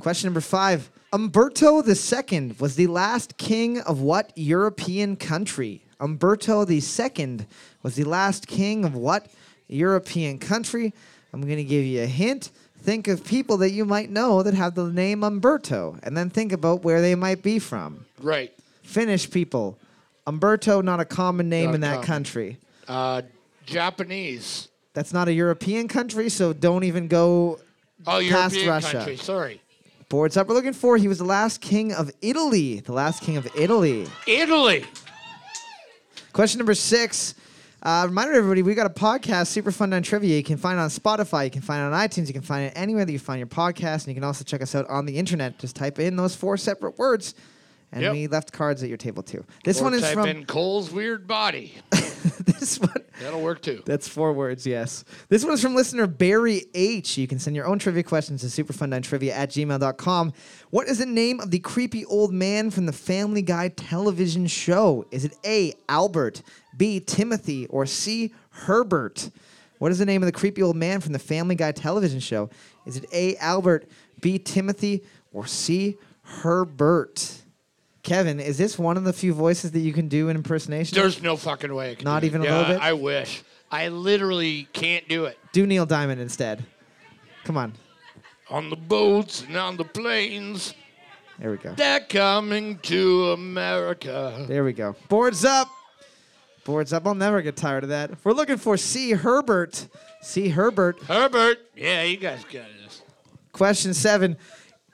Question number five. Umberto II was the last king of what European country? Umberto II was the last king of what European country? I'm going to give you a hint. Think of people that you might know that have the name Umberto, and then think about where they might be from.
Right.
Finnish people. Umberto, not a common name
Not
in that
common.
country.
Uh, Japanese.
That's not a European country, so don't even go
Oh,
Past
European
Russia.
country. Sorry.
boards up. We're looking for. He was the last king of Italy. The last king of Italy.
Italy.
Question number six. Uh, reminder everybody, we got a podcast, Super Fun Done Trivia. You can find it on Spotify, you can find it on iTunes, you can find it anywhere that you find your podcast, and you can also check us out on the internet. Just type in those four separate words, and
Yep.
we left cards at your table too. This
or
one is
type
from
in Cole's weird body.
this one.
That'll work too.
That's four words, yes. This one is from listener Barry H. You can send your own trivia questions to superfundontrivia at gmail.com. What is the name of the creepy old man from the Family Guy television show? Is it A, Albert, B, Timothy, or C, Herbert? What is the name of the creepy old man from the Family Guy television show? Is it A, Albert, B, Timothy, or C, Herbert? Kevin, is this one of the few voices that you can do an impersonation? of?
There's no fucking way. I can
Not
do it.
even a
Yeah,
little bit?
I wish. I literally can't do it.
Do Neil Diamond instead. Come on.
On the boats and on the planes,
There we go.
they're coming to America.
There we go. Boards up. Boards up. I'll never get tired of that. We're looking for C. Herbert. C. Herbert.
Herbert. Yeah, you guys got this.
Question seven.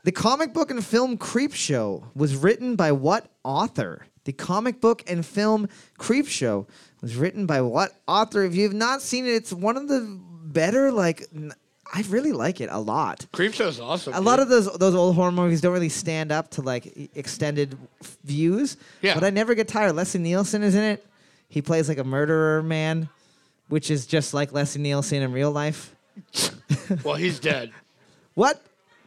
The comic book and film Creepshow was written by what author? The comic book and film Creepshow was written by what author? If you've not seen it, it's one of the better, like, n- I really like it a lot.
Creepshow's awesome.
a lot
dude.
of those those old horror movies don't really stand up to like e- extended f- views.
Yeah.
But I never get tired. Leslie Nielsen is in it. He plays like a murderer man, which is just like Leslie Nielsen in real life.
Well, he's dead.
What?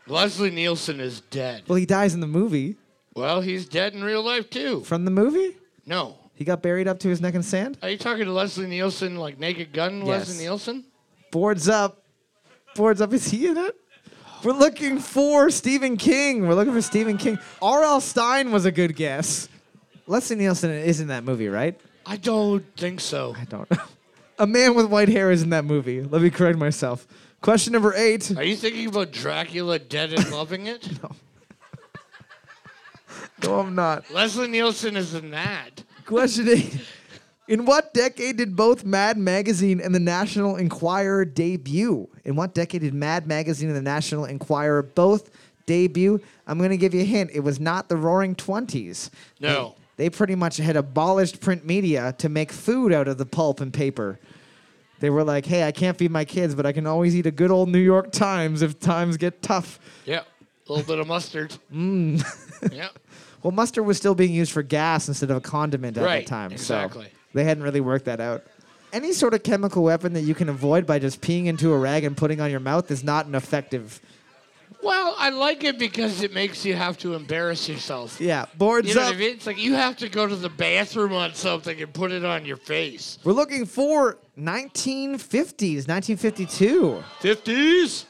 Leslie Nielsen is dead.
Well, he dies in the movie.
Well, he's dead in real life too.
From the movie,
No.
he got buried up to his neck in sand.
Are you talking to Leslie Nielsen, like Naked Gun
Yes.
Leslie Nielsen?
Boards up. Boards up. Is he in it? We're looking for Stephen King. We're looking for Stephen King. R.L. Stein was a good guess. Leslie Nielsen is in that movie, right?
I don't think so.
I don't know. A man with white hair is in that movie. Let me correct myself. Question number eight.
Are you thinking about Dracula dead and loving it?
No, I'm not.
Leslie Nielsen is in that.
Question eight. In what decade did both Mad Magazine and the National Enquirer debut? In what decade did Mad Magazine and the National Enquirer both debut? I'm going to give you a hint. It was not the Roaring Twenties.
No.
They pretty much had abolished print media to make food out of the pulp and paper. They were like, hey, I can't feed my kids, but I can always eat a good old New York Times if times get tough.
Yeah. A little bit of mustard.
Mm.
yeah.
Well, mustard was still being used for gas instead of a condiment at
Right,
the time. So
exactly.
they hadn't really worked that out. Any sort of chemical weapon that you can avoid by just peeing into a rag and putting on your mouth is not an effective.
Well, I like it because it makes you have to embarrass yourself.
Yeah, boards
You know
up.
what I mean? It's like you have to go to the bathroom on something and put it on your face.
We're looking for 1950s, 1952.
50s?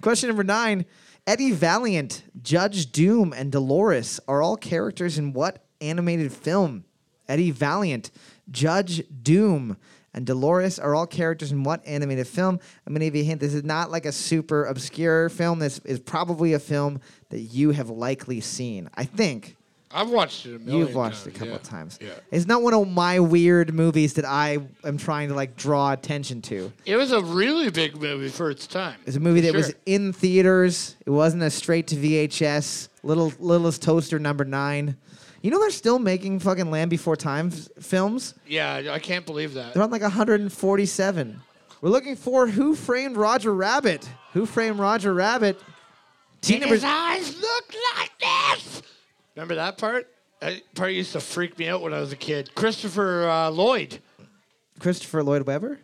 Question number nine. Eddie Valiant, Judge Doom, and Dolores are all characters in what animated film? Eddie Valiant, Judge Doom, and Dolores are all characters in what animated film? I'm going to give you a hint. This is not like a super obscure film. This is probably a film that you have likely seen. I think
I've watched it a million
you've watched
times,
it a couple
Oh, yeah.
of times.
Yeah.
It's not one of my weird movies that I am trying to like draw attention to.
It was a really big movie for its time.
It's a movie that
Sure.
was in theaters. It wasn't a straight to VHS. Little Littlest Toaster number nine. You know they're still making fucking Land Before Time f- films.
Yeah, I can't believe that.
They're on like 147. We're looking for Who Framed Roger Rabbit. Who Framed Roger Rabbit? Teen
His eyes look like this. Remember that part? That part used to freak me out when I was a kid. Christopher uh, Lloyd.
Christopher Lloyd Webber.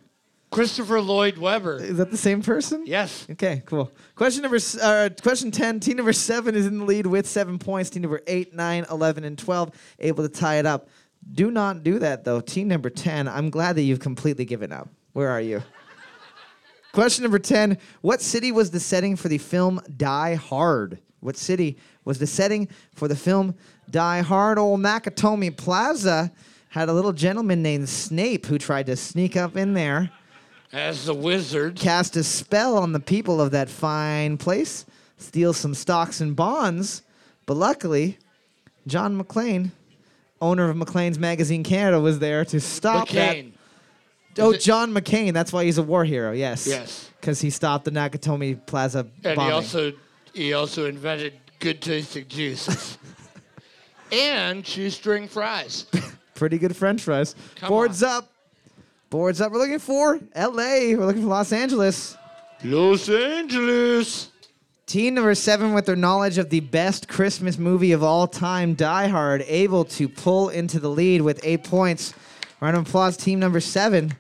Christopher Lloyd Webber.
Is that the same person?
Yes.
Okay, cool. Question number s- uh, question 10. Team number 7 is in the lead with 7 points. Team number 8, 9, 11 and 12 able to tie it up. Do not do that though. Team number 10, I'm glad that you've completely given up. Where are you? Question number 10, what city was the setting for the film Die Hard? What city was the setting for the film Die Hard? Old Nakatomi Plaza had a little gentleman named Snape who tried to sneak up in there
As the wizard.
cast a spell on the people of that fine place, steal some stocks and bonds. But luckily, John McLean, owner of McLean's Magazine Canada, was there to stop
McCain.
that Oh,
it-
John McCain. That's why he's a war hero. Yes.
Yes.
Because he stopped the Nakatomi Plaza
And
bombing.
he also he also invented good tasting juices. and shoestring fries.
Pretty good French fries.
Come
Boards
on.
up. Boards up. We're looking for L.A. We're looking for Los Angeles.
Los Angeles.
Team number seven, with their knowledge of the best Christmas movie of all time, Die Hard, able to pull into the lead with eight points. Round of applause, team number seven.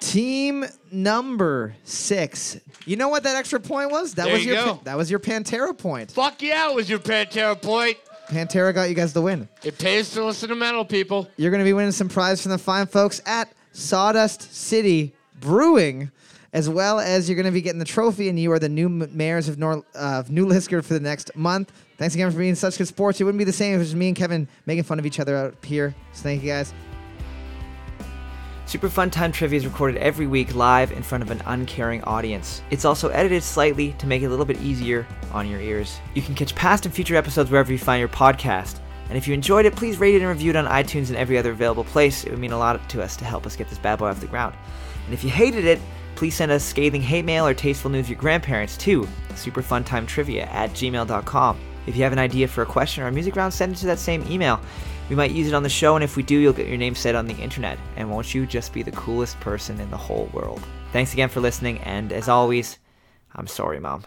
Team number six. You know what that extra point was? That
There
was
you
your
go.
that was your Pantera point.
Fuck yeah was your Pantera point.
Pantera got you guys the win.
It pays to listen to metal people.
You're going to be winning some prize from the fine folks at Sawdust City Brewing, as well as you're going to be getting the trophy, and you are the new m- mayors of, Nor- uh, of New Lisker for the next month. Thanks again for being such good sports. It wouldn't be the same if it was me and Kevin making fun of each other out here. So thank you guys.
Super Fun Time Trivia is recorded every week live in front of an uncaring audience. It's also edited slightly to make it a little bit easier on your ears. You can catch past and future episodes wherever you find your podcast. And if you enjoyed it, please rate it and review it on iTunes and every other available place. It would mean a lot to us to help us get this bad boy off the ground. And if you hated it, please send us scathing hate mail or tasteful news of your grandparents too. Superfuntimetrivia at gmail.com. If you have an idea for a question or a music round, send it to that same email. We might use it on the show, and if we do, you'll get your name said on the internet. And won't you just be the coolest person in the whole world? Thanks again for listening, and as always, I'm sorry, Mom.